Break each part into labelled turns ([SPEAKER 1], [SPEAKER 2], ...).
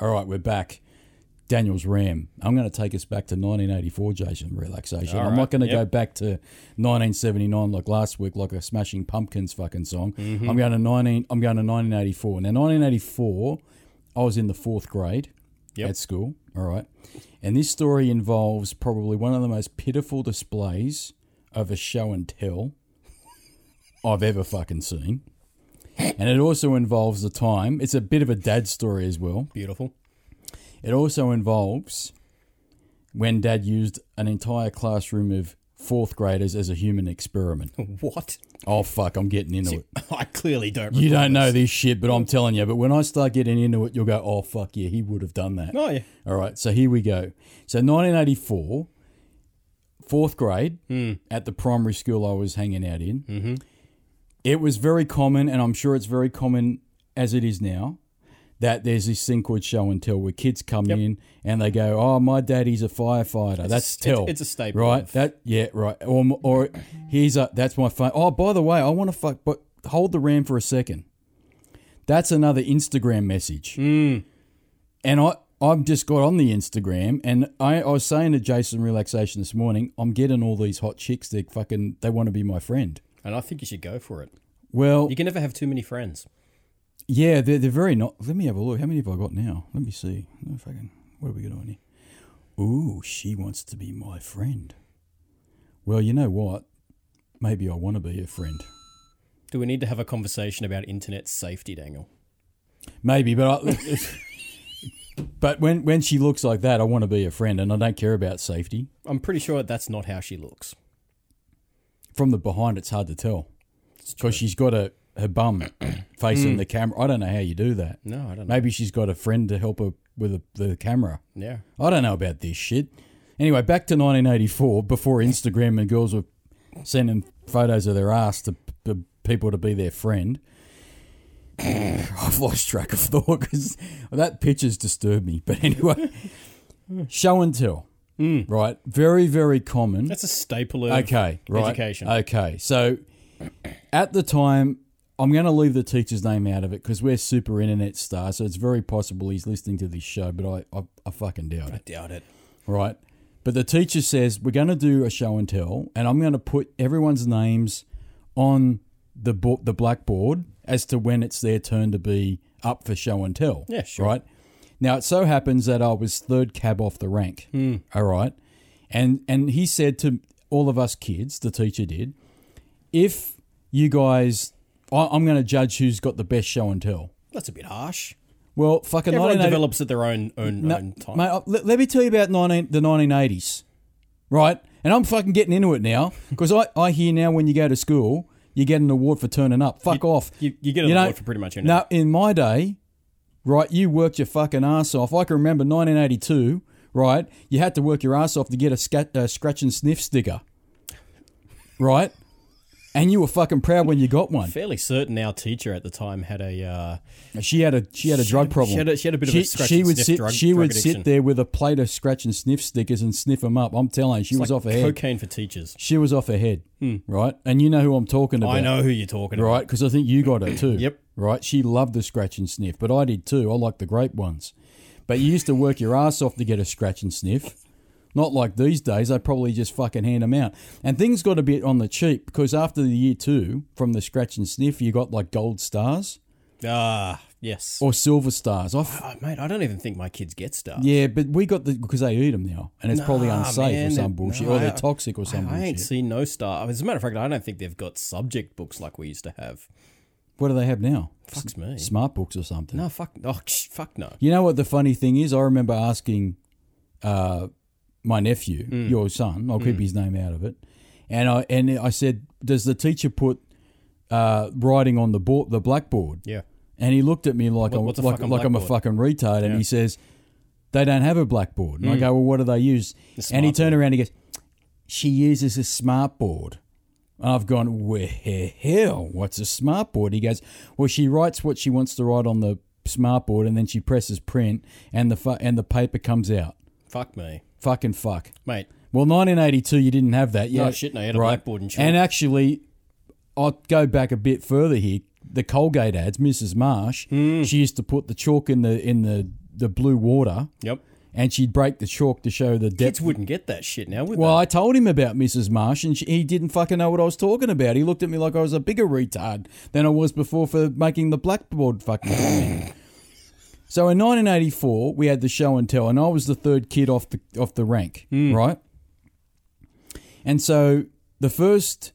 [SPEAKER 1] All right, we're back. Daniel's Ram. I'm going to take us back to 1984, Jason, relaxation.
[SPEAKER 2] All
[SPEAKER 1] I'm not
[SPEAKER 2] right,
[SPEAKER 1] going to
[SPEAKER 2] yep.
[SPEAKER 1] go back to 1979 like last week, like a Smashing Pumpkins fucking song.
[SPEAKER 2] Mm-hmm.
[SPEAKER 1] I'm going to 19. I'm going to 1984. Now, 1984, I was in the fourth grade
[SPEAKER 2] Yep.
[SPEAKER 1] at school. All right, and this story involves probably one of the most pitiful displays of a show and tell I've ever fucking seen. And it also involves the time. It's a bit of a dad story as well.
[SPEAKER 2] Beautiful.
[SPEAKER 1] It also involves when dad used an entire classroom of fourth graders as a human experiment.
[SPEAKER 2] What?
[SPEAKER 1] Oh, fuck, I'm getting into it.
[SPEAKER 2] I clearly don't.
[SPEAKER 1] You
[SPEAKER 2] recall
[SPEAKER 1] don't know
[SPEAKER 2] this.
[SPEAKER 1] this shit, but I'm telling you. But when I start getting into it, you'll go, oh, fuck, yeah, he would have done that.
[SPEAKER 2] Oh yeah.
[SPEAKER 1] All right, so here we go. So 1984, fourth grade
[SPEAKER 2] Hmm.
[SPEAKER 1] at the primary school I was hanging out in. Mm-hmm. It was very common, and I'm sure it's very common as it is now, that there's this thing called show and tell where kids come in and they go, "Oh, my daddy's a firefighter." that's
[SPEAKER 2] it's-
[SPEAKER 1] tell.
[SPEAKER 2] it's a staple
[SPEAKER 1] right?
[SPEAKER 2] of-
[SPEAKER 1] That yeah, right. Or or here's a that's my phone. Oh, by the way, I want to fuck, but hold the ram for a second. That's another Instagram message and I I've just got on the Instagram and I, I was saying to Jason Relaxation this morning, I'm getting all these hot chicks that fucking they want to be my friend.
[SPEAKER 2] And I think you should go for it.
[SPEAKER 1] Well,
[SPEAKER 2] You can never have too many friends.
[SPEAKER 1] yeah, they're, they're very not. Let me have a look. How many have I got now? Let me see. Let me fucking, what are we got on here? Ooh, she wants to be my friend. Well, you know what? Maybe I want to be her friend.
[SPEAKER 2] Do we need to have a conversation about internet safety, Daniel?
[SPEAKER 1] Maybe, but I, but when when she looks like that, I want to be her friend, and I don't care about safety.
[SPEAKER 2] I'm pretty sure that's not how she looks.
[SPEAKER 1] from the behind, it's hard to tell because she's got a her bum facing the camera. I don't know how you do that.
[SPEAKER 2] Hmm. No, I don't know.
[SPEAKER 1] Maybe she's got a friend to help her with the the camera.
[SPEAKER 2] Yeah.
[SPEAKER 1] I don't know about this shit. Anyway, back to 1984 before Instagram and girls were sending photos of their ass to p- p- people to be their friend. I've lost track of thought because that picture's disturbed me. But anyway, show and tell. Right. Very, very common
[SPEAKER 2] Hmm. That's a staple of
[SPEAKER 1] okay, right.
[SPEAKER 2] education.
[SPEAKER 1] Okay, so at the time, I'm going to leave the teacher's name out of it because we're super internet stars, so it's very possible he's listening to this show, but I, I, I fucking doubt
[SPEAKER 2] I
[SPEAKER 1] it,
[SPEAKER 2] doubt it.
[SPEAKER 1] right? But the teacher says we're going to do a show and tell, and I'm going to put everyone's names on the bo- the blackboard as to when it's their turn to be up for show and tell.
[SPEAKER 2] Yeah, sure.
[SPEAKER 1] Right. Now it so happens that I was third cab off the rank.
[SPEAKER 2] Hmm.
[SPEAKER 1] All right, and and he said to all of us kids, the teacher did, if you guys, I, I'm going to judge who's got the best show and tell.
[SPEAKER 2] That's a bit harsh.
[SPEAKER 1] Well, fucking
[SPEAKER 2] Everyone
[SPEAKER 1] 1980
[SPEAKER 2] develops at their own own, own time.
[SPEAKER 1] Mate, uh, let, let me tell you about 19, the 1980s, right? And I'm fucking getting into it now because I, I hear now when you go to school, you get an award for turning up. Fuck off.
[SPEAKER 2] you- you get an
[SPEAKER 1] know,
[SPEAKER 2] award for pretty much anything.
[SPEAKER 1] No, in my day, right, you worked your fucking ass off. I can remember 1982, right? You had to work your ass off to get a, scat, a scratch and sniff sticker, right? And you were fucking proud when you got one.
[SPEAKER 2] Fairly certain our teacher at the time had a uh,
[SPEAKER 1] She had a she had a drug problem.
[SPEAKER 2] she had a- she had a bit of a scratch and
[SPEAKER 1] would
[SPEAKER 2] sniff
[SPEAKER 1] sit.
[SPEAKER 2] drug-
[SPEAKER 1] she
[SPEAKER 2] drug
[SPEAKER 1] would
[SPEAKER 2] addiction.
[SPEAKER 1] sit there with a plate of scratch and sniff stickers and sniff them up. I'm telling you, she was
[SPEAKER 2] like
[SPEAKER 1] off her head.
[SPEAKER 2] cocaine for teachers.
[SPEAKER 1] She was off her head, right? And you know who I'm talking about,
[SPEAKER 2] I know who you're talking about.
[SPEAKER 1] right? Because I think you got her too.
[SPEAKER 2] Yep.
[SPEAKER 1] Right. She loved the scratch and sniff, but I did too. I like the grape ones. But you used to work your ass off to get a scratch and sniff. Not like these days. They probably just fucking hand them out. And things got a bit on the cheap because after the year two, from the scratch and sniff, you got like gold stars
[SPEAKER 2] Ah, yes.
[SPEAKER 1] or silver stars. I
[SPEAKER 2] Oh, mate, I don't even think my kids get stuff.
[SPEAKER 1] Yeah, but we got the because they eat them now, and it's probably
[SPEAKER 2] Nah,
[SPEAKER 1] unsafe
[SPEAKER 2] man,
[SPEAKER 1] or some
[SPEAKER 2] that-
[SPEAKER 1] bullshit,
[SPEAKER 2] nah,
[SPEAKER 1] or they're
[SPEAKER 2] I-
[SPEAKER 1] toxic or some
[SPEAKER 2] I, I ain't
[SPEAKER 1] bullshit.
[SPEAKER 2] seen no star. As a matter of fact, I don't think they've got subject books like we used to have.
[SPEAKER 1] What do they have now?
[SPEAKER 2] Fucks me.
[SPEAKER 1] Smart books or something.
[SPEAKER 2] No, fuck. Oh, sh- fuck no.
[SPEAKER 1] You know what the funny thing is? I remember asking uh, my nephew,
[SPEAKER 2] Mm.
[SPEAKER 1] your son. I'll keep his name out of it, and I and I said, "Does the teacher put uh, writing on the board, the blackboard?"
[SPEAKER 2] Yeah.
[SPEAKER 1] And he looked at me like I'm
[SPEAKER 2] what's a
[SPEAKER 1] like,
[SPEAKER 2] fucking
[SPEAKER 1] like I'm a
[SPEAKER 2] blackboard?
[SPEAKER 1] fucking retard, and he says, "They don't have a blackboard." And I go, "Well, what do they use?" And he
[SPEAKER 2] Mm. smart
[SPEAKER 1] turned around and he goes, "She uses a smart board." And I've gone, "Well, hell, what's a smart board?" He goes, "Well, she writes what she wants to write on the smart board, and then she presses print, and the fu- and the paper comes out."
[SPEAKER 2] Fuck me,
[SPEAKER 1] Fucking fuck.
[SPEAKER 2] mate.
[SPEAKER 1] Well, 1982, you didn't have that. Yeah,
[SPEAKER 2] shit, no, you had a blackboard and chalk.
[SPEAKER 1] And actually, I'll go back a bit further here. The Colgate ads, Mrs. Marsh, she used to put the chalk in the in the the blue water,
[SPEAKER 2] Yep.
[SPEAKER 1] and she'd break the chalk to show the depth.
[SPEAKER 2] Kids wouldn't get that shit now, would
[SPEAKER 1] Well, I told him about Mrs. Marsh, and she, he didn't fucking know what I was talking about. He looked at me like I was a bigger retard than I was before for making the blackboard fucking comment. so in 1984, we had the show and tell, and I was the third kid off the off the rank, right? And so the first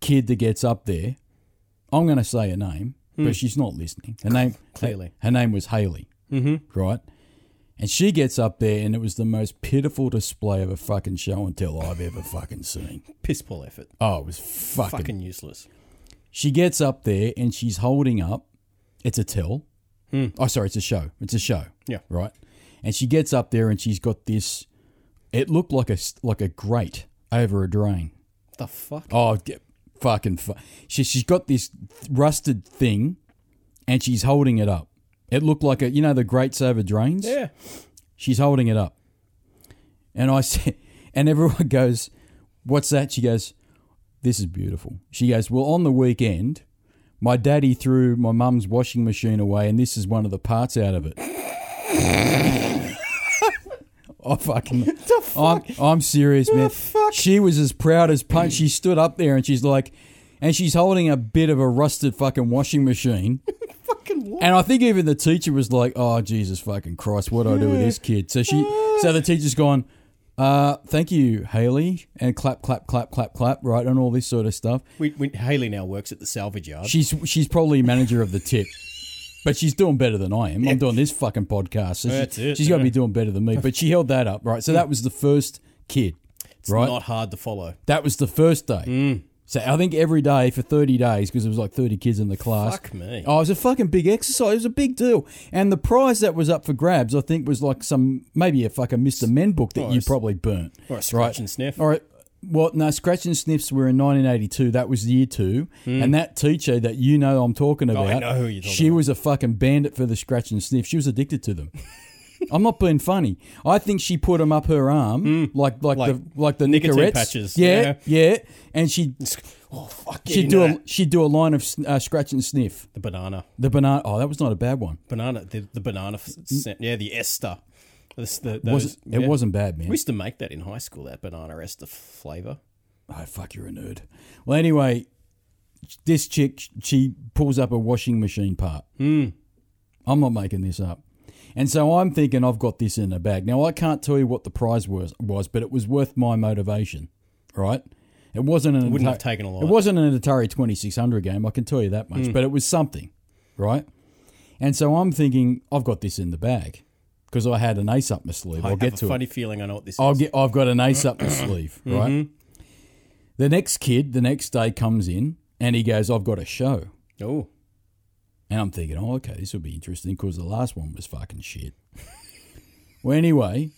[SPEAKER 1] kid that gets up there, I'm going to say her name, but she's not listening. Her name
[SPEAKER 2] Clearly.
[SPEAKER 1] her, her name was Haley, mm-hmm. right? And she gets up there, and it was the most pitiful display of a fucking show and tell I've ever fucking seen.
[SPEAKER 2] they? Piss poor effort.
[SPEAKER 1] Oh, it was fucking.
[SPEAKER 2] Fucking useless.
[SPEAKER 1] She gets up there and she's holding up. It's a tell. Oh, sorry, it's a show. It's a show.
[SPEAKER 2] Hmm. Yeah.
[SPEAKER 1] Right. And she gets up there and she's got this. It looked like a s- like a grate over a drain.
[SPEAKER 2] The fuck?
[SPEAKER 1] Oh, get fucking. Fu- she, she's got this rusted thing and she's holding it up. It looked like a, you know, the grates over drains?
[SPEAKER 2] Yeah.
[SPEAKER 1] She's holding it up. And I said, and everyone goes, What's that? She goes, This is beautiful. She goes, Well, on the weekend, my daddy threw my mum's washing machine away, and this is one of the parts out of it. I fucking. I'm, I'm serious, man. She was as proud as punch. She stood up there and she's like, and she's holding a bit of a rusted fucking washing machine.
[SPEAKER 2] Fucking what?
[SPEAKER 1] And I think even the teacher was like, "Oh Jesus fucking Christ, what do I do with this kid?" So she, so the teacher's gone, uh, "Thank you, Haley," and clap, clap, clap, clap, clap, right, and all this sort of stuff.
[SPEAKER 2] We, we, Haley now works at the salvage yard.
[SPEAKER 1] She's she's probably manager of the tip, but she's doing better than I am. I'm doing this fucking podcast, so
[SPEAKER 2] That's
[SPEAKER 1] she,
[SPEAKER 2] it,
[SPEAKER 1] she's got to be doing better than me. But she held that up, right? So that was the first kid,
[SPEAKER 2] it's
[SPEAKER 1] right?
[SPEAKER 2] not Mm. hard to follow.
[SPEAKER 1] That was the first day. So I think every day for 30 days, because it was like 30 kids in the class.
[SPEAKER 2] Fuck me.
[SPEAKER 1] Oh, it was a fucking big exercise. It was a big deal. And the prize that was up for grabs, I think, was like some, maybe a fucking Mr. Men book that you probably burnt.
[SPEAKER 2] Or a scratch and sniff.
[SPEAKER 1] All right. Well, no, Scratch and Sniffs were in 1982. That was year two. And that teacher that you know I'm talking about,
[SPEAKER 2] Hmm. Oh, know who you're talking
[SPEAKER 1] she was a fucking bandit for the Scratch and Sniff. She was addicted to them. I'm not being funny. I think she put them up her arm, like like,
[SPEAKER 2] Hmm. Like
[SPEAKER 1] the like the
[SPEAKER 2] nicotine
[SPEAKER 1] Nicorettes.
[SPEAKER 2] patches.
[SPEAKER 1] Yeah, yeah, And she
[SPEAKER 2] oh, fuck yeah,
[SPEAKER 1] she'd
[SPEAKER 2] you
[SPEAKER 1] do
[SPEAKER 2] know
[SPEAKER 1] a,
[SPEAKER 2] that.
[SPEAKER 1] she'd do a line of sn- uh, Scratch and Sniff.
[SPEAKER 2] The banana.
[SPEAKER 1] The banana. Oh, that was not a bad one.
[SPEAKER 2] Banana. The, the banana. f- Scent. Yeah, the ester. This, the, those,
[SPEAKER 1] Mm. Was it?
[SPEAKER 2] yeah.
[SPEAKER 1] wasn't bad, man.
[SPEAKER 2] We used to make that in high school, that banana ester flavour.
[SPEAKER 1] Oh, fuck, you're a nerd. Well, anyway, this chick, she pulls up a washing machine part.
[SPEAKER 2] Hmm.
[SPEAKER 1] I'm not making this up. And so I'm thinking I've got this in the bag. Now, I can't tell you what the prize was, was but it was worth my motivation, right? It wasn't an
[SPEAKER 2] Wouldn't
[SPEAKER 1] Atari-
[SPEAKER 2] have taken a lot. Hmm.
[SPEAKER 1] It wasn't an Atari 2600 game, I can tell you that much, but it was something, right? And so I'm thinking I've got this in the bag because I had an ace up my sleeve.
[SPEAKER 2] I
[SPEAKER 1] I'll
[SPEAKER 2] have
[SPEAKER 1] get
[SPEAKER 2] a
[SPEAKER 1] to it.
[SPEAKER 2] funny feeling I know what this
[SPEAKER 1] I'll
[SPEAKER 2] is.
[SPEAKER 1] get, I've got an ace up my sleeve,
[SPEAKER 2] Mm-hmm.
[SPEAKER 1] right? The next kid, the next day comes in and he goes, I've got a show.
[SPEAKER 2] Oh,
[SPEAKER 1] And I'm thinking, oh, okay, this will be interesting because the last one was fucking shit. well, anyway,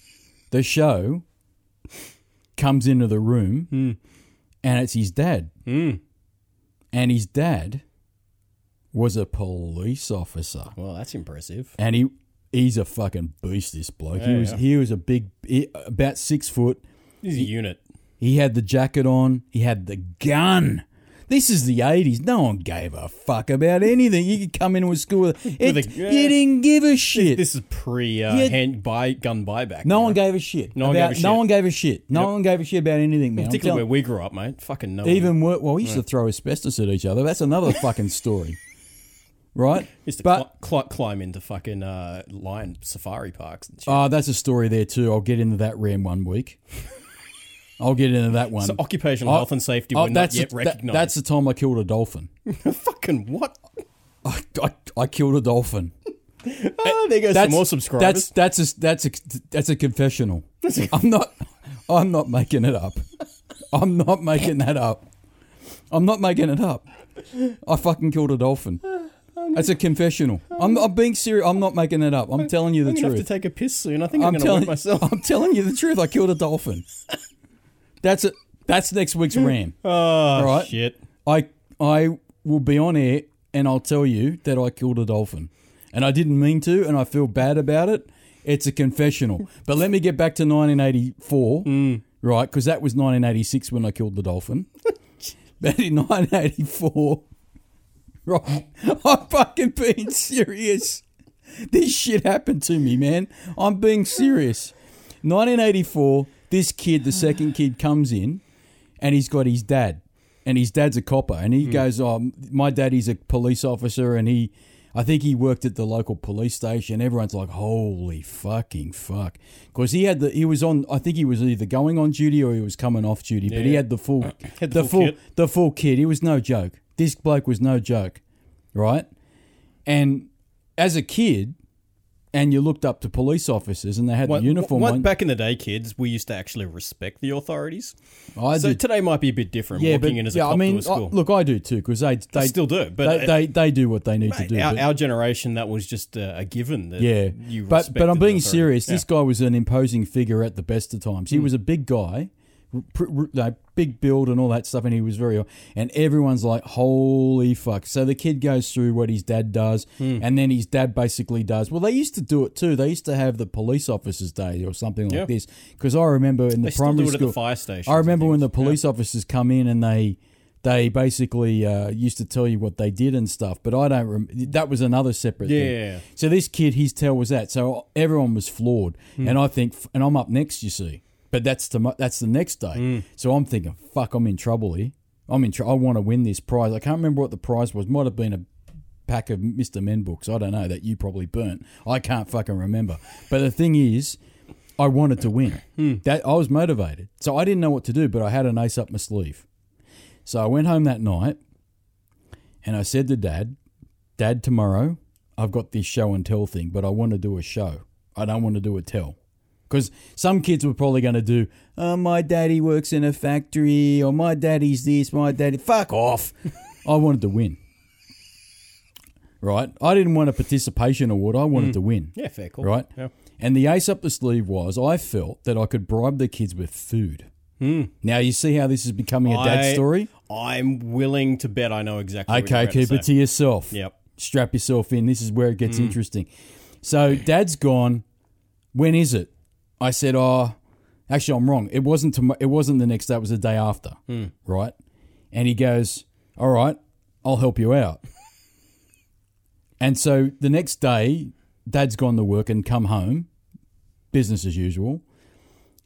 [SPEAKER 1] the show comes into the room
[SPEAKER 2] Hmm.
[SPEAKER 1] and it's his dad. And his dad was a police officer
[SPEAKER 2] well, that's impressive.
[SPEAKER 1] and he he's a fucking beast. This bloke, he
[SPEAKER 2] Yeah,
[SPEAKER 1] was
[SPEAKER 2] yeah.
[SPEAKER 1] he was a big, he- about six foot.
[SPEAKER 2] He's a unit.
[SPEAKER 1] He had the jacket on. He had the gun. This is the 80s. No one gave a fuck about anything. You could come into a school with, it,
[SPEAKER 2] With a-
[SPEAKER 1] you didn't give a shit.
[SPEAKER 2] This is pre uh,
[SPEAKER 1] Yeah.
[SPEAKER 2] hand buy gun buyback.
[SPEAKER 1] no one gave a shit.
[SPEAKER 2] No one
[SPEAKER 1] about-
[SPEAKER 2] gave a
[SPEAKER 1] No
[SPEAKER 2] shit.
[SPEAKER 1] one gave a shit. No one gave a shit about anything, man. I'm
[SPEAKER 2] particularly
[SPEAKER 1] telling-
[SPEAKER 2] where we grew up, mate. Fucking no. one.
[SPEAKER 1] even wor- well, we used to throw asbestos at each other. That's another fucking story, right?
[SPEAKER 2] used to
[SPEAKER 1] but-
[SPEAKER 2] cli- cli- climb into fucking uh, lion safari parks. And shit.
[SPEAKER 1] Oh, that's a story there too. I'll get into that ram one week. I'll get into that one.
[SPEAKER 2] so occupational health and safety
[SPEAKER 1] Oh,
[SPEAKER 2] were not
[SPEAKER 1] that's
[SPEAKER 2] yet
[SPEAKER 1] the, that-
[SPEAKER 2] recognised.
[SPEAKER 1] that's the time I killed a dolphin.
[SPEAKER 2] fucking what?
[SPEAKER 1] I, I, I killed a dolphin.
[SPEAKER 2] Oh, there goes
[SPEAKER 1] That's
[SPEAKER 2] some more subscribers.
[SPEAKER 1] That's that's a, that's a that's a confessional. I'm not I'm not making it up. I'm not making that up. I'm not making it up. I fucking killed a dolphin. That's a confessional. I'm, I'm being serious. I'm not making it up. I'm telling you the
[SPEAKER 2] I'm gonna have to
[SPEAKER 1] truth.
[SPEAKER 2] take a piss soon. I think I'm,
[SPEAKER 1] I'm
[SPEAKER 2] gonna wet
[SPEAKER 1] telling
[SPEAKER 2] myself.
[SPEAKER 1] I'm telling you the truth. I killed a dolphin. That's it. That's next week's ram.
[SPEAKER 2] Oh
[SPEAKER 1] right.
[SPEAKER 2] shit!
[SPEAKER 1] I I will be on air and I'll tell you that I killed a dolphin. And I didn't mean to and I feel bad about it. It's a confessional. But let me get back to 1984, right? Because that was 1986 when I killed the dolphin. but in 1984, right? I'm fucking being serious. this shit happened to me, man. I'm being serious. 1984, this kid, the second kid, comes in and he's got his dad. And his dad's a copper. And he goes, Oh, my daddy's a police officer. And he, I think he worked at the local police station. Everyone's like, Holy fucking fuck. Because he had the, he was on, I think he was either going on duty or he was coming off duty. but he
[SPEAKER 2] Yeah.
[SPEAKER 1] had the full,
[SPEAKER 2] Had
[SPEAKER 1] the, full, the full kid. He was no joke. This bloke was no joke, right? And as a kid, and you looked up to police officers, and they had
[SPEAKER 2] What-
[SPEAKER 1] the uniform
[SPEAKER 2] what-
[SPEAKER 1] on.
[SPEAKER 2] back in the day, kids, we used to actually respect the authorities.
[SPEAKER 1] I
[SPEAKER 2] So
[SPEAKER 1] did,
[SPEAKER 2] today might be a bit different.
[SPEAKER 1] yeah,
[SPEAKER 2] walking
[SPEAKER 1] but
[SPEAKER 2] in as a
[SPEAKER 1] yeah,
[SPEAKER 2] cop
[SPEAKER 1] I mean,
[SPEAKER 2] to a
[SPEAKER 1] I-
[SPEAKER 2] school,
[SPEAKER 1] look, I do too because they they,
[SPEAKER 2] I still do. But uh,
[SPEAKER 1] they, they they do what they need to do.
[SPEAKER 2] our,
[SPEAKER 1] but-
[SPEAKER 2] our generation, that was just uh, a, a given. That
[SPEAKER 1] yeah,
[SPEAKER 2] you
[SPEAKER 1] but but I'm
[SPEAKER 2] respected the
[SPEAKER 1] being
[SPEAKER 2] authority.
[SPEAKER 1] serious.
[SPEAKER 2] Yeah. Mm.
[SPEAKER 1] This guy was an imposing figure at the best of times. He was a big guy, r- pr- r- no, big build and all that stuff, and he was very. And everyone's like, "Holy fuck!" So the kid goes through what his dad does,
[SPEAKER 2] Mm.
[SPEAKER 1] and then his dad basically does. Well, they used to do it too. They used to have the police officers' day or something like
[SPEAKER 2] Yeah.
[SPEAKER 1] this. Because I remember in the
[SPEAKER 2] they still
[SPEAKER 1] primary
[SPEAKER 2] do it at
[SPEAKER 1] school,
[SPEAKER 2] the fire station.
[SPEAKER 1] I remember when the police officers come in and they they basically uh, used to tell you what they did and stuff. But I don't. Rem- that was another separate
[SPEAKER 2] Yeah,
[SPEAKER 1] thing.
[SPEAKER 2] yeah, yeah.
[SPEAKER 1] So this kid, his tale was that. So everyone was flawed, and I think, and I'm up next. You see, but that's the that's the next day. So I'm thinking, fuck, I'm in trouble here. I'm in. Tr- I want to win this prize. I can't remember what the prize was. Might have been a pack of Mr. Men books. I don't know that you probably burnt. I can't fucking remember. But the thing is, I wanted to win. That I was motivated. So I didn't know what to do, but I had an ace up my sleeve. So I went home that night and I said to dad, Dad, tomorrow I've got this show and tell thing, but I want to do a show. I don't want to do a tell. Because some kids were probably going to do, oh, my daddy works in a factory, or my daddy's this, my daddy. Fuck off. I wanted to win. Right? I didn't want a participation award. I wanted to win.
[SPEAKER 2] Mm. Yeah, fair call.
[SPEAKER 1] Right?
[SPEAKER 2] Yeah.
[SPEAKER 1] And the ace up the sleeve was I felt that I could bribe the kids with food. Now, you see how this is becoming a dad
[SPEAKER 2] Hmm. I-
[SPEAKER 1] story?
[SPEAKER 2] I'm willing to bet I know exactly. what you're
[SPEAKER 1] Okay,
[SPEAKER 2] about to
[SPEAKER 1] keep
[SPEAKER 2] say.
[SPEAKER 1] it to yourself.
[SPEAKER 2] Yep.
[SPEAKER 1] Strap yourself in. This is where it gets interesting. So dad's gone. When is it? I said, oh, actually, I'm wrong. It wasn't. Tom- it wasn't the next day. It was the day after. Right. And he goes, all right, I'll help you out. and so the next day, dad's gone to work and come home, business as usual.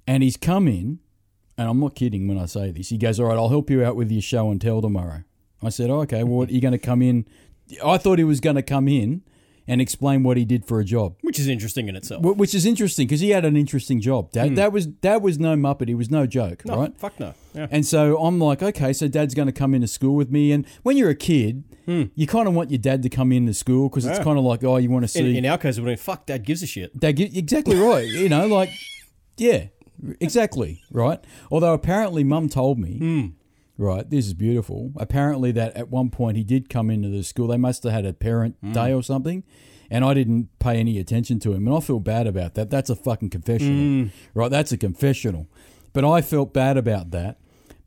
[SPEAKER 1] And he's come in, and I'm not kidding when I say this. He goes, All right, I'll help you out with your show and tell tomorrow. I said, oh, Okay, well, what, are you going to come in? I thought he was going to come in and explain what he did for a job.
[SPEAKER 2] Which is interesting in itself.
[SPEAKER 1] wh- Which is interesting because he had an interesting job. Dad, that was that was no muppet. He was no joke,
[SPEAKER 2] Hmm. No,
[SPEAKER 1] right?
[SPEAKER 2] Fuck no. Yeah.
[SPEAKER 1] And so I'm like, okay, so dad's going to come into school with me. And when you're a kid, you kind of want your dad to come into school because it's
[SPEAKER 2] Hmm. Yeah.
[SPEAKER 1] kind of like, oh, you want to see.
[SPEAKER 2] In, in our case, it would have been, fuck, dad gives a shit.
[SPEAKER 1] They get exactly right. You know, like yeah, exactly right. Although apparently, mum told me. Right, this is beautiful. Apparently, that at one point he did come into the school. They must have had a parent
[SPEAKER 2] Mm.
[SPEAKER 1] day or something, and I didn't pay any attention to him. And I feel bad about that. That's a fucking confessional,
[SPEAKER 2] Mm.
[SPEAKER 1] right? That's a confessional. But I felt bad about that.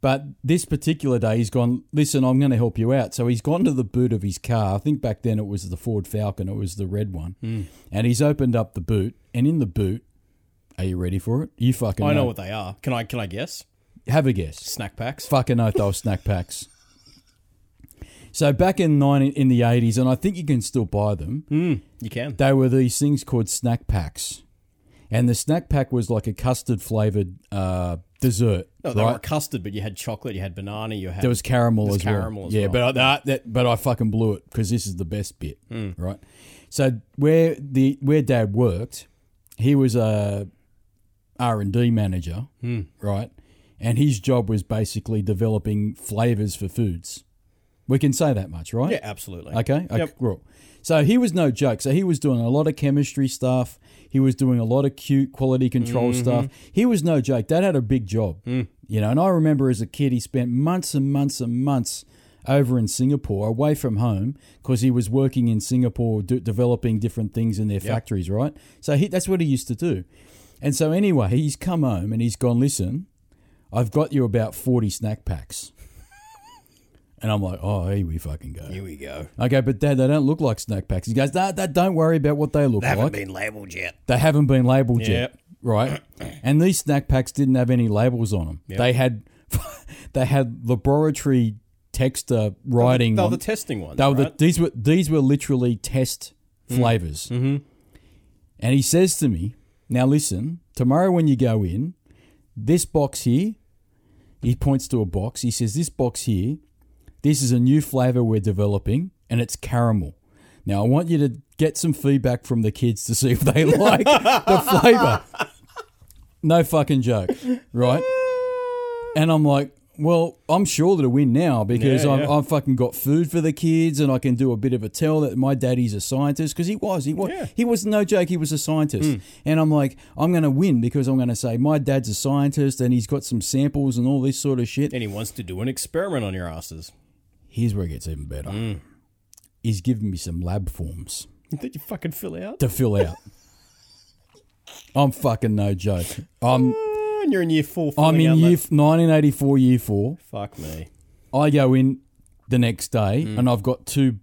[SPEAKER 1] But this particular day, he's gone. Listen, I'm going to help you out. So he's gone to the boot of his car. I think back then it was the Ford Falcon. It was the red one.
[SPEAKER 2] Mm.
[SPEAKER 1] And he's opened up the boot, and in the boot, are you ready for it? You fucking.
[SPEAKER 2] I know what they are. Can I? Can I guess?
[SPEAKER 1] Have a guess
[SPEAKER 2] Snack packs.
[SPEAKER 1] fucking oath they were snack packs. So back in nine in the eighties, and I think you can still buy them.
[SPEAKER 2] You can.
[SPEAKER 1] They were these things called snack packs, and the snack pack was like a custard flavored uh, dessert.
[SPEAKER 2] No, they were custard, but you had chocolate, you had banana, you had.
[SPEAKER 1] There was caramel as
[SPEAKER 2] caramel
[SPEAKER 1] well.
[SPEAKER 2] as
[SPEAKER 1] yeah,
[SPEAKER 2] well.
[SPEAKER 1] but I, that, that but I fucking blew it because this is the best bit, right? So where the where Dad worked, he was a R and D manager, right? And his job was basically developing flavors for foods. We can say that much, right?
[SPEAKER 2] yeah, absolutely.
[SPEAKER 1] Okay. okay.
[SPEAKER 2] Yep.
[SPEAKER 1] cool. So he was no joke. So he was doing a lot of chemistry stuff. He was doing a lot of cute quality control
[SPEAKER 2] Mm-hmm.
[SPEAKER 1] stuff. He was no joke. Dad had a big job,
[SPEAKER 2] Mm.
[SPEAKER 1] you know. And I remember as a kid, he spent months and months and months over in Singapore, away from home, because he was working in Singapore, d- developing different things in their factories, right? So he, that's what he used to do. And so anyway, he's come home and he's gone. Listen, I've got you about forty snack packs. And I'm like, oh, here we fucking go.
[SPEAKER 2] Here we go.
[SPEAKER 1] Okay, but Dad, they don't look like snack packs. He goes, nah, that don't worry about what they look
[SPEAKER 2] They haven't
[SPEAKER 1] like.
[SPEAKER 2] been labelled yet.
[SPEAKER 1] They haven't been labeled yet,
[SPEAKER 2] Yep.
[SPEAKER 1] right? And these snack packs didn't have any labels on them. They had, they had laboratory texter writing.
[SPEAKER 2] They were
[SPEAKER 1] on-
[SPEAKER 2] the testing ones.
[SPEAKER 1] they were the-
[SPEAKER 2] right?
[SPEAKER 1] these were these were literally test flavors. Mm-hmm. And he says to me, Now listen, tomorrow when you go in, this box here, he points to a box. He says, This box here, this is a new flavor we're developing, and it's caramel. Now I want you to get some feedback from the kids to see if they like the flavor. No fucking joke, right? And I'm like, well, I'm sure that'll win now because
[SPEAKER 2] Yeah,
[SPEAKER 1] I've,
[SPEAKER 2] yeah.
[SPEAKER 1] I've fucking got food for the kids, and I can do a bit of a tell that my daddy's a scientist because he was, he was,
[SPEAKER 2] Yeah. Hmm.
[SPEAKER 1] he was no joke, he was a scientist. And I'm like, I'm gonna win because I'm gonna say my dad's a scientist and he's got some samples and all this sort of shit.
[SPEAKER 2] And he wants to do an experiment on your asses.
[SPEAKER 1] Here's where it gets even better.
[SPEAKER 2] Mm.
[SPEAKER 1] He's giving me some lab forms.
[SPEAKER 2] Did you fucking fill out?
[SPEAKER 1] to fill out. I'm fucking no joke. I'm
[SPEAKER 2] And you're in year four.
[SPEAKER 1] I'm
[SPEAKER 2] filling
[SPEAKER 1] in
[SPEAKER 2] out
[SPEAKER 1] year
[SPEAKER 2] that-
[SPEAKER 1] f- 1984 year 4.
[SPEAKER 2] Fuck me.
[SPEAKER 1] I go in the next day
[SPEAKER 2] Mm.
[SPEAKER 1] and I've got two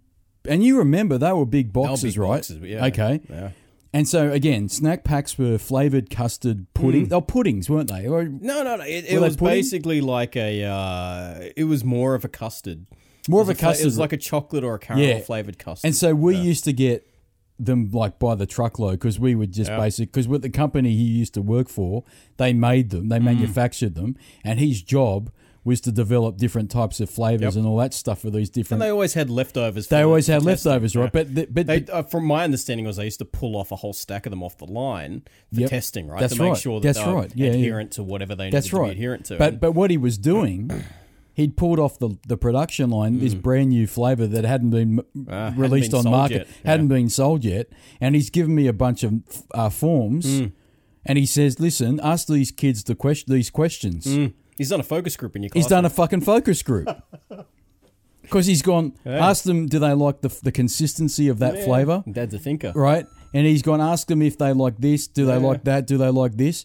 [SPEAKER 1] and you remember they were big boxes,
[SPEAKER 2] big
[SPEAKER 1] right?
[SPEAKER 2] boxes, yeah.
[SPEAKER 1] Okay.
[SPEAKER 2] Yeah.
[SPEAKER 1] And so again, snack packs were flavored custard
[SPEAKER 2] Mm.
[SPEAKER 1] pudding. They were puddings, weren't they? Or
[SPEAKER 2] No, no, no. It,
[SPEAKER 1] Were
[SPEAKER 2] it
[SPEAKER 1] they
[SPEAKER 2] was
[SPEAKER 1] pudding?
[SPEAKER 2] basically like a. Uh, it was more of a custard.
[SPEAKER 1] more of a
[SPEAKER 2] It's like-
[SPEAKER 1] custard.
[SPEAKER 2] It was like a chocolate or a caramel
[SPEAKER 1] Yeah.
[SPEAKER 2] flavored custard.
[SPEAKER 1] and so we used to get them like by the truckload because we would just basic because with the company he used to work for, they made them, they
[SPEAKER 2] Mm.
[SPEAKER 1] manufactured them, and his job was to develop different types of flavors and all that stuff for these different.
[SPEAKER 2] And they always had leftovers.
[SPEAKER 1] They always had leftovers,
[SPEAKER 2] leftovers.
[SPEAKER 1] right? But th- but
[SPEAKER 2] They, uh, from my understanding, was they used to pull off a whole stack of them off the line for
[SPEAKER 1] Yep.
[SPEAKER 2] testing, right?
[SPEAKER 1] That's
[SPEAKER 2] to make
[SPEAKER 1] right.
[SPEAKER 2] sure
[SPEAKER 1] That's
[SPEAKER 2] that they were
[SPEAKER 1] right. Yeah, yeah.
[SPEAKER 2] adherent to whatever they
[SPEAKER 1] that's
[SPEAKER 2] needed to
[SPEAKER 1] right.
[SPEAKER 2] be adherent to.
[SPEAKER 1] But
[SPEAKER 2] And
[SPEAKER 1] but what he was doing, he'd pulled off the the production line this brand new flavor that hadn't been m
[SPEAKER 2] Mm. Ah, hadn't
[SPEAKER 1] released
[SPEAKER 2] been
[SPEAKER 1] on
[SPEAKER 2] sold
[SPEAKER 1] market,
[SPEAKER 2] yet. Yeah.
[SPEAKER 1] hadn't been sold yet, and he's given me a bunch of uh, forms,
[SPEAKER 2] Mm.
[SPEAKER 1] and he says, "Listen, ask these kids the question these questions."
[SPEAKER 2] he's done a focus group in your class.
[SPEAKER 1] He's done a fucking focus group. Because he's gone, ask them, do they like the, the consistency of that flavor?
[SPEAKER 2] Dad's a thinker.
[SPEAKER 1] right? And he's gone, ask them if they like this, do they like that, do they like this?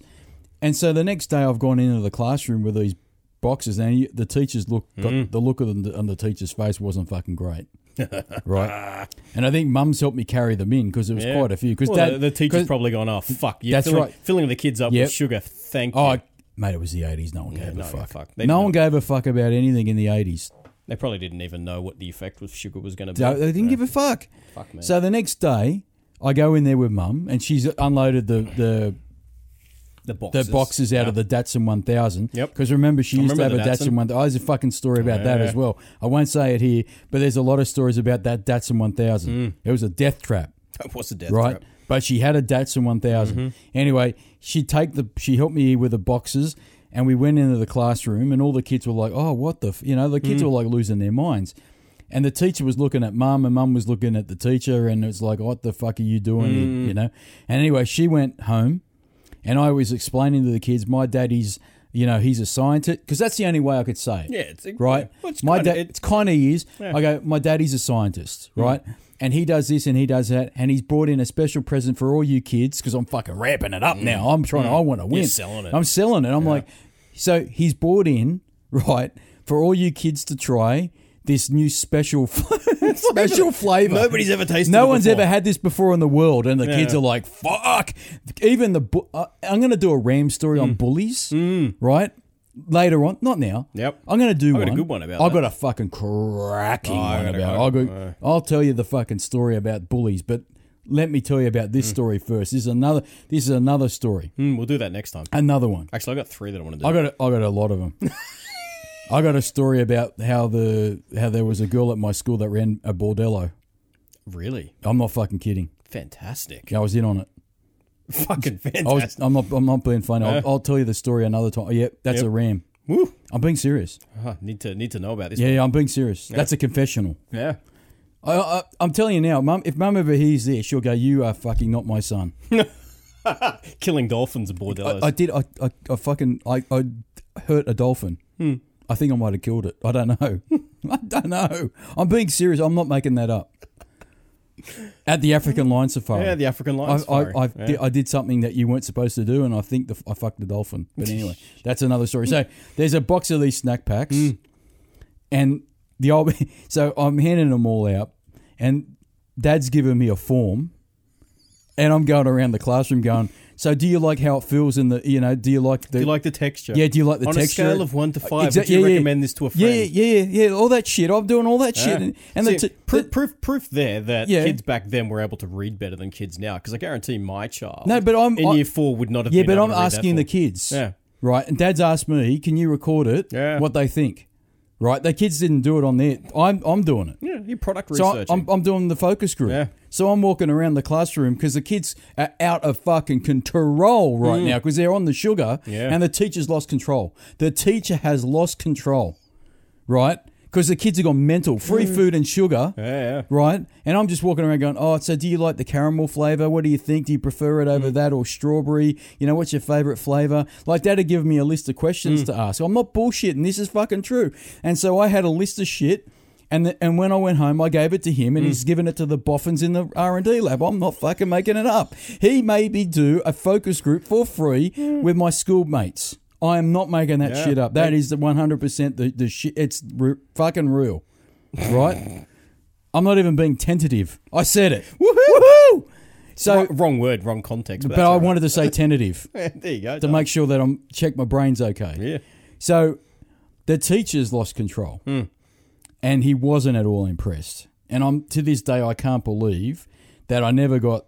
[SPEAKER 1] And so the next day I've gone into the classroom with these boxes and you- the teachers look, got,
[SPEAKER 2] Mm.
[SPEAKER 1] the look of them on the teacher's face wasn't fucking great. right, and I think Mum's helped me carry them in because it was
[SPEAKER 2] Yeah.
[SPEAKER 1] quite a few. Because
[SPEAKER 2] Well, the, the teacher's probably gone, oh, fuck. You're
[SPEAKER 1] That's
[SPEAKER 2] filling,
[SPEAKER 1] right.
[SPEAKER 2] Filling the kids up
[SPEAKER 1] Yep.
[SPEAKER 2] with sugar. Thank you.
[SPEAKER 1] oh, mate, it was the eighties. No one gave a
[SPEAKER 2] no,
[SPEAKER 1] fuck.
[SPEAKER 2] fuck. They
[SPEAKER 1] No
[SPEAKER 2] didn't
[SPEAKER 1] one gave a fuck about anything in the eighties.
[SPEAKER 2] They probably didn't even know what the effect with sugar was going to be.
[SPEAKER 1] They, they didn't give a fuck. So the next day, I go in there with mum, and she's unloaded the the,
[SPEAKER 2] the boxes.
[SPEAKER 1] the boxes out of the Datsun 1000.
[SPEAKER 2] Yep.
[SPEAKER 1] Because remember, she used
[SPEAKER 2] remember
[SPEAKER 1] to have
[SPEAKER 2] the
[SPEAKER 1] a
[SPEAKER 2] Datsun.
[SPEAKER 1] Datsun 1000. Oh, there's a fucking story about that
[SPEAKER 2] Yeah.
[SPEAKER 1] as well. I won't say it here, but there's a lot of stories about that Datsun 1000.
[SPEAKER 2] Mm.
[SPEAKER 1] It was a death trap,
[SPEAKER 2] That was a death
[SPEAKER 1] right?
[SPEAKER 2] trap. Mm-hmm.
[SPEAKER 1] But she had a Datsun 1000. Anyway, she take the she helped me with the boxes, and we went into the classroom, and all the kids were like, "Oh, what the?" F-? You know, the kids
[SPEAKER 2] Mm.
[SPEAKER 1] were like losing their minds. And the teacher was looking at mum, and mum was looking at the teacher, and it's like, "What the fuck are you doing?"
[SPEAKER 2] Mm.
[SPEAKER 1] here?" You know. And anyway, she went home, and I was explaining to the kids, my daddy's, you know, he's a scientist, because that's the only way I could say it.
[SPEAKER 2] Yeah, it's
[SPEAKER 1] Right?
[SPEAKER 2] Well, it's
[SPEAKER 1] my
[SPEAKER 2] kinda-
[SPEAKER 1] dad,
[SPEAKER 2] it- Hmm.
[SPEAKER 1] it's kind of is. I go, my daddy's a scientist, right? And he does this and he does that, and he's brought in a special present for all you kids because I'm fucking ramping it up now. I'm trying, I want to win.
[SPEAKER 2] Hmm. selling it.
[SPEAKER 1] I'm selling it. I'm like, so he's brought in, right, for all you kids to try this new special special flavor.
[SPEAKER 2] Nobody's ever tasted
[SPEAKER 1] No
[SPEAKER 2] it
[SPEAKER 1] one's
[SPEAKER 2] before.
[SPEAKER 1] ever had this before in the world, and the kids
[SPEAKER 2] Yeah.
[SPEAKER 1] are like, "Fuck!" Even the bu- uh, I'm going to do a Ram story
[SPEAKER 2] Hmm.
[SPEAKER 1] on bullies, right? Later on, not now.
[SPEAKER 2] Yep.
[SPEAKER 1] I'm going to do
[SPEAKER 2] got
[SPEAKER 1] one.
[SPEAKER 2] a good one about Oh,
[SPEAKER 1] I got a fucking cracking
[SPEAKER 2] I
[SPEAKER 1] one
[SPEAKER 2] got a
[SPEAKER 1] about. I
[SPEAKER 2] good-
[SPEAKER 1] got, I'll tell you the fucking story about bullies, but let me tell you about
[SPEAKER 2] Mm.
[SPEAKER 1] this story first. This is another. This is another story.
[SPEAKER 2] Hmm, we'll do that next time.
[SPEAKER 1] Another one.
[SPEAKER 2] Actually, I got three that I want to do.
[SPEAKER 1] I got a, I got a lot of them. I got a story about how the how there was a girl at my school that ran a bordello.
[SPEAKER 2] really
[SPEAKER 1] I'm not fucking kidding.
[SPEAKER 2] fantastic.
[SPEAKER 1] I was in on it.
[SPEAKER 2] Fucking
[SPEAKER 1] I
[SPEAKER 2] fantastic.
[SPEAKER 1] was, I'm not. I'm not being funny. I'll, I'll tell you the story another time. Yep, that's a ram.
[SPEAKER 2] Woo.
[SPEAKER 1] I'm being serious.
[SPEAKER 2] Ah, need to need to know about this.
[SPEAKER 1] Yeah, yeah I'm being serious. That's a confessional.
[SPEAKER 2] Yeah.
[SPEAKER 1] I, I, I'm telling you now, mum. If mum ever hears this, she'll go, "You are fucking not my son."
[SPEAKER 2] Killing dolphins and bordellos.
[SPEAKER 1] I did. I, I, I fucking. I, I hurt a dolphin.
[SPEAKER 2] Hmm.
[SPEAKER 1] I think I might have killed it. I don't know. I don't know. I'm being serious. I'm not making that up. At the African lion safari.
[SPEAKER 2] yeah, the African
[SPEAKER 1] I,
[SPEAKER 2] lions.
[SPEAKER 1] I,
[SPEAKER 2] fire.
[SPEAKER 1] I,
[SPEAKER 2] Yeah.
[SPEAKER 1] did, I did something that you weren't supposed to do, and I think the, I fucked the dolphin. But anyway, that's another story. So there's a box of these snack packs,
[SPEAKER 2] Mm.
[SPEAKER 1] and the old. So I'm handing them all out, and Dad's giving me a form, and I'm going around the classroom going, So do you like how it feels in the you know? Do you like the
[SPEAKER 2] Do you like the texture?
[SPEAKER 1] yeah? Do you like the
[SPEAKER 2] On
[SPEAKER 1] texture?
[SPEAKER 2] a scale of one to five,
[SPEAKER 1] Exact-
[SPEAKER 2] would you
[SPEAKER 1] yeah, yeah.
[SPEAKER 2] recommend this to a
[SPEAKER 1] Yeah,
[SPEAKER 2] friend?
[SPEAKER 1] yeah, yeah, yeah. All that shit. I'm doing all that shit.
[SPEAKER 2] Yeah.
[SPEAKER 1] And, and
[SPEAKER 2] See,
[SPEAKER 1] the, t-
[SPEAKER 2] proof,
[SPEAKER 1] the-
[SPEAKER 2] proof, proof there that
[SPEAKER 1] Yeah.
[SPEAKER 2] kids back then were able to read better than kids now. Because I guarantee my child,
[SPEAKER 1] No, but I'm-
[SPEAKER 2] in
[SPEAKER 1] I-
[SPEAKER 2] year four would not have.
[SPEAKER 1] yeah,
[SPEAKER 2] been
[SPEAKER 1] but
[SPEAKER 2] able
[SPEAKER 1] I'm
[SPEAKER 2] to read that
[SPEAKER 1] asking the
[SPEAKER 2] far.
[SPEAKER 1] kids.
[SPEAKER 2] Yeah.
[SPEAKER 1] Right. And dad's asked me, can you record it?
[SPEAKER 2] Yeah.
[SPEAKER 1] What they think. Right. The kids didn't do it on their. I'm I'm doing it.
[SPEAKER 2] Yeah, your product
[SPEAKER 1] So
[SPEAKER 2] research.
[SPEAKER 1] I'm, I'm doing the focus group.
[SPEAKER 2] Yeah.
[SPEAKER 1] So I'm walking around the classroom because the kids are out of fucking control right now now because they're on the sugar
[SPEAKER 2] Mm. Yeah.
[SPEAKER 1] and the teacher's lost control. The teacher has lost control, right? Because the kids have gone mental. Free food and sugar
[SPEAKER 2] Mm. yeah,
[SPEAKER 1] right? And I'm just walking around going, oh, so do you like the caramel flavor? What do you think? Do you prefer it
[SPEAKER 2] Mm.
[SPEAKER 1] over that or strawberry? You know, what's your favorite flavor? Like that'd give me a list of questions
[SPEAKER 2] Mm.
[SPEAKER 1] to ask. I'm not bullshitting. This is fucking true. And so I had a list of shit. And, the, and when I went home, I gave it to him,
[SPEAKER 2] Mm.
[SPEAKER 1] and he's given it to the boffins in the R and D lab. I'm not fucking making it up. He made me do a focus group for free with my schoolmates. I am not making that
[SPEAKER 2] Mm. Yeah.
[SPEAKER 1] shit up. That is the 100 percent the the shit. It's re- fucking real, right? I'm not even being tentative. I said it. Woohoo! So,
[SPEAKER 2] yeah. Wrong word, wrong context. But,
[SPEAKER 1] but I wanted to say tentative
[SPEAKER 2] want there you go.
[SPEAKER 1] to
[SPEAKER 2] done.
[SPEAKER 1] make sure that I'm check my brain's okay.
[SPEAKER 2] yeah,
[SPEAKER 1] So, the teacher's lost control, and he wasn't at all impressed. And I'm to this day I can't believe that I never got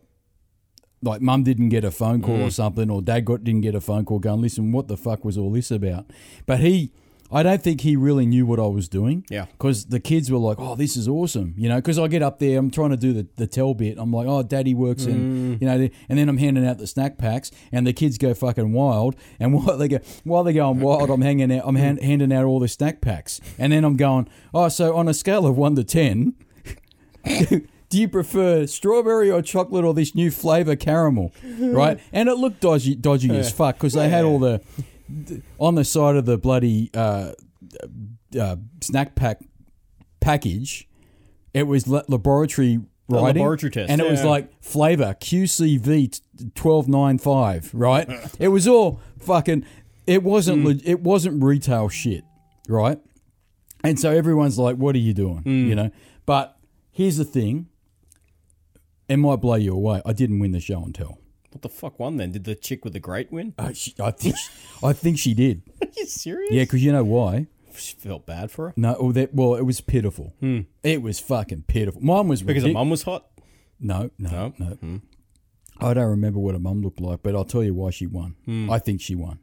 [SPEAKER 1] like mum didn't get a phone call or something, or dad got didn't get a phone call going. Listen, what the fuck was all this about? But he. I don't think he really knew what I was doing.
[SPEAKER 2] Yeah.
[SPEAKER 1] Because the kids were like, oh, this is awesome. You know, because I get up there, I'm trying to do the, the tell bit. I'm like, oh, daddy works in, you know, the- and then I'm handing out the snack packs and the kids go fucking wild. And while they go, while they're going wild, I'm hanging out, I'm hand, handing out all the snack packs. And then I'm going, oh, so on a scale of one to 10, do you prefer strawberry or chocolate or this new flavor caramel? Right? And it looked dodgy, dodgy as fuck because they had all the on the side of the bloody uh, uh, snack pack package. It was la- laboratory writing,
[SPEAKER 2] laboratory test,
[SPEAKER 1] and it was
[SPEAKER 2] yeah.
[SPEAKER 1] like flavor QCV twelve nine five. Right? it was all fucking. It wasn't.
[SPEAKER 2] Hmm.
[SPEAKER 1] leg it wasn't retail shit. Right? And so everyone's like, "What are you doing?"
[SPEAKER 2] Hmm.
[SPEAKER 1] You know. But here's the thing. It might blow you away. I didn't win the show and tell.
[SPEAKER 2] what the fuck won then? Did the chick with the great win?
[SPEAKER 1] I, she, I think. I think she did.
[SPEAKER 2] Are you serious?
[SPEAKER 1] Yeah, because you know why.
[SPEAKER 2] She felt bad for her
[SPEAKER 1] No, well, that, well, it was pitiful. It was fucking pitiful. Mine was
[SPEAKER 2] Hmm. because her
[SPEAKER 1] ridic-
[SPEAKER 2] mum Hmm. was hot.
[SPEAKER 1] No, no, no. I don't remember what her mum looked like, but I'll tell you why she won.
[SPEAKER 2] Hmm.
[SPEAKER 1] I think she won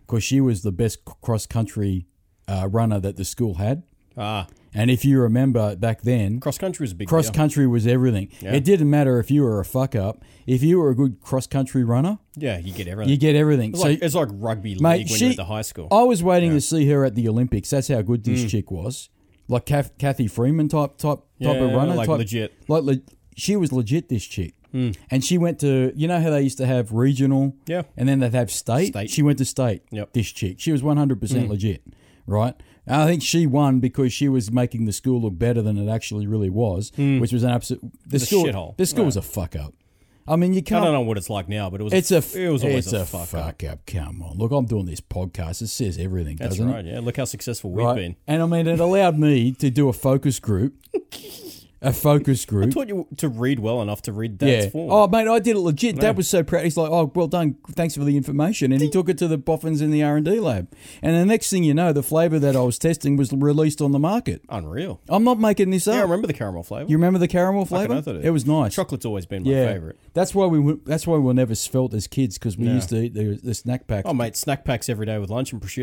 [SPEAKER 1] because she was the best cross country uh, runner that the school had.
[SPEAKER 2] Ah,
[SPEAKER 1] And if you remember back then,
[SPEAKER 2] cross country was a big
[SPEAKER 1] cross
[SPEAKER 2] deal.
[SPEAKER 1] country was everything. It didn't matter if you were a fuck up. If you were a good cross country runner,
[SPEAKER 2] Yeah, you get everything.
[SPEAKER 1] you get everything.
[SPEAKER 2] it's,
[SPEAKER 1] so
[SPEAKER 2] like, it's like rugby league when you're at the high school. Mm.
[SPEAKER 1] I was waiting to see her at the Olympics. That's how good this chick was, like Kath, Kathy Freeman type type type of
[SPEAKER 2] Yeah,
[SPEAKER 1] runner,
[SPEAKER 2] like
[SPEAKER 1] type,
[SPEAKER 2] legit. Mm.
[SPEAKER 1] Like le- she was legit. This chick, and she went to you know how they used to have regional,
[SPEAKER 2] Yeah.
[SPEAKER 1] and then they'd have state.
[SPEAKER 2] State.
[SPEAKER 1] She went to state.
[SPEAKER 2] Yep. Mm.
[SPEAKER 1] This chick, she was one hundred percent legit, right? And I think she won because she was making the school look better than it actually really was, which was an absolute the school.
[SPEAKER 2] Mm. shithole.
[SPEAKER 1] The school was a fuck up. I mean, you
[SPEAKER 2] I
[SPEAKER 1] can't.
[SPEAKER 2] don't know what it's like now, but it was.
[SPEAKER 1] It's a f-
[SPEAKER 2] it was always
[SPEAKER 1] it's
[SPEAKER 2] a, fuck. up.
[SPEAKER 1] up. Come on, look, I'm doing this podcast. It says everything,
[SPEAKER 2] That's
[SPEAKER 1] doesn't
[SPEAKER 2] right. Yeah, look how successful
[SPEAKER 1] it?
[SPEAKER 2] we've
[SPEAKER 1] Right?
[SPEAKER 2] been.
[SPEAKER 1] And I mean, it allowed me to do a focus group, a focus
[SPEAKER 2] I
[SPEAKER 1] group.
[SPEAKER 2] taught you to read well enough to read Dad's
[SPEAKER 1] Yeah.
[SPEAKER 2] form.
[SPEAKER 1] Oh, mate, I did it legit. Dad was so proud. He's like, "Oh, well done. Thanks for the information." And he took it to the boffins in the R and D lab. And the next thing you know, the flavour that I was testing was released on the market.
[SPEAKER 2] Unreal.
[SPEAKER 1] I'm not making this up.
[SPEAKER 2] Yeah, I remember the caramel flavor.
[SPEAKER 1] you remember the caramel
[SPEAKER 2] I
[SPEAKER 1] flavour?
[SPEAKER 2] thought it-
[SPEAKER 1] It was nice.
[SPEAKER 2] Chocolate's always been my
[SPEAKER 1] yeah,
[SPEAKER 2] favorite.
[SPEAKER 1] that's why we. were- That's why we were never svelte as kids because we used to eat the, the snack packs.
[SPEAKER 2] Oh, mate, snack packs every day with lunch and prosciutto.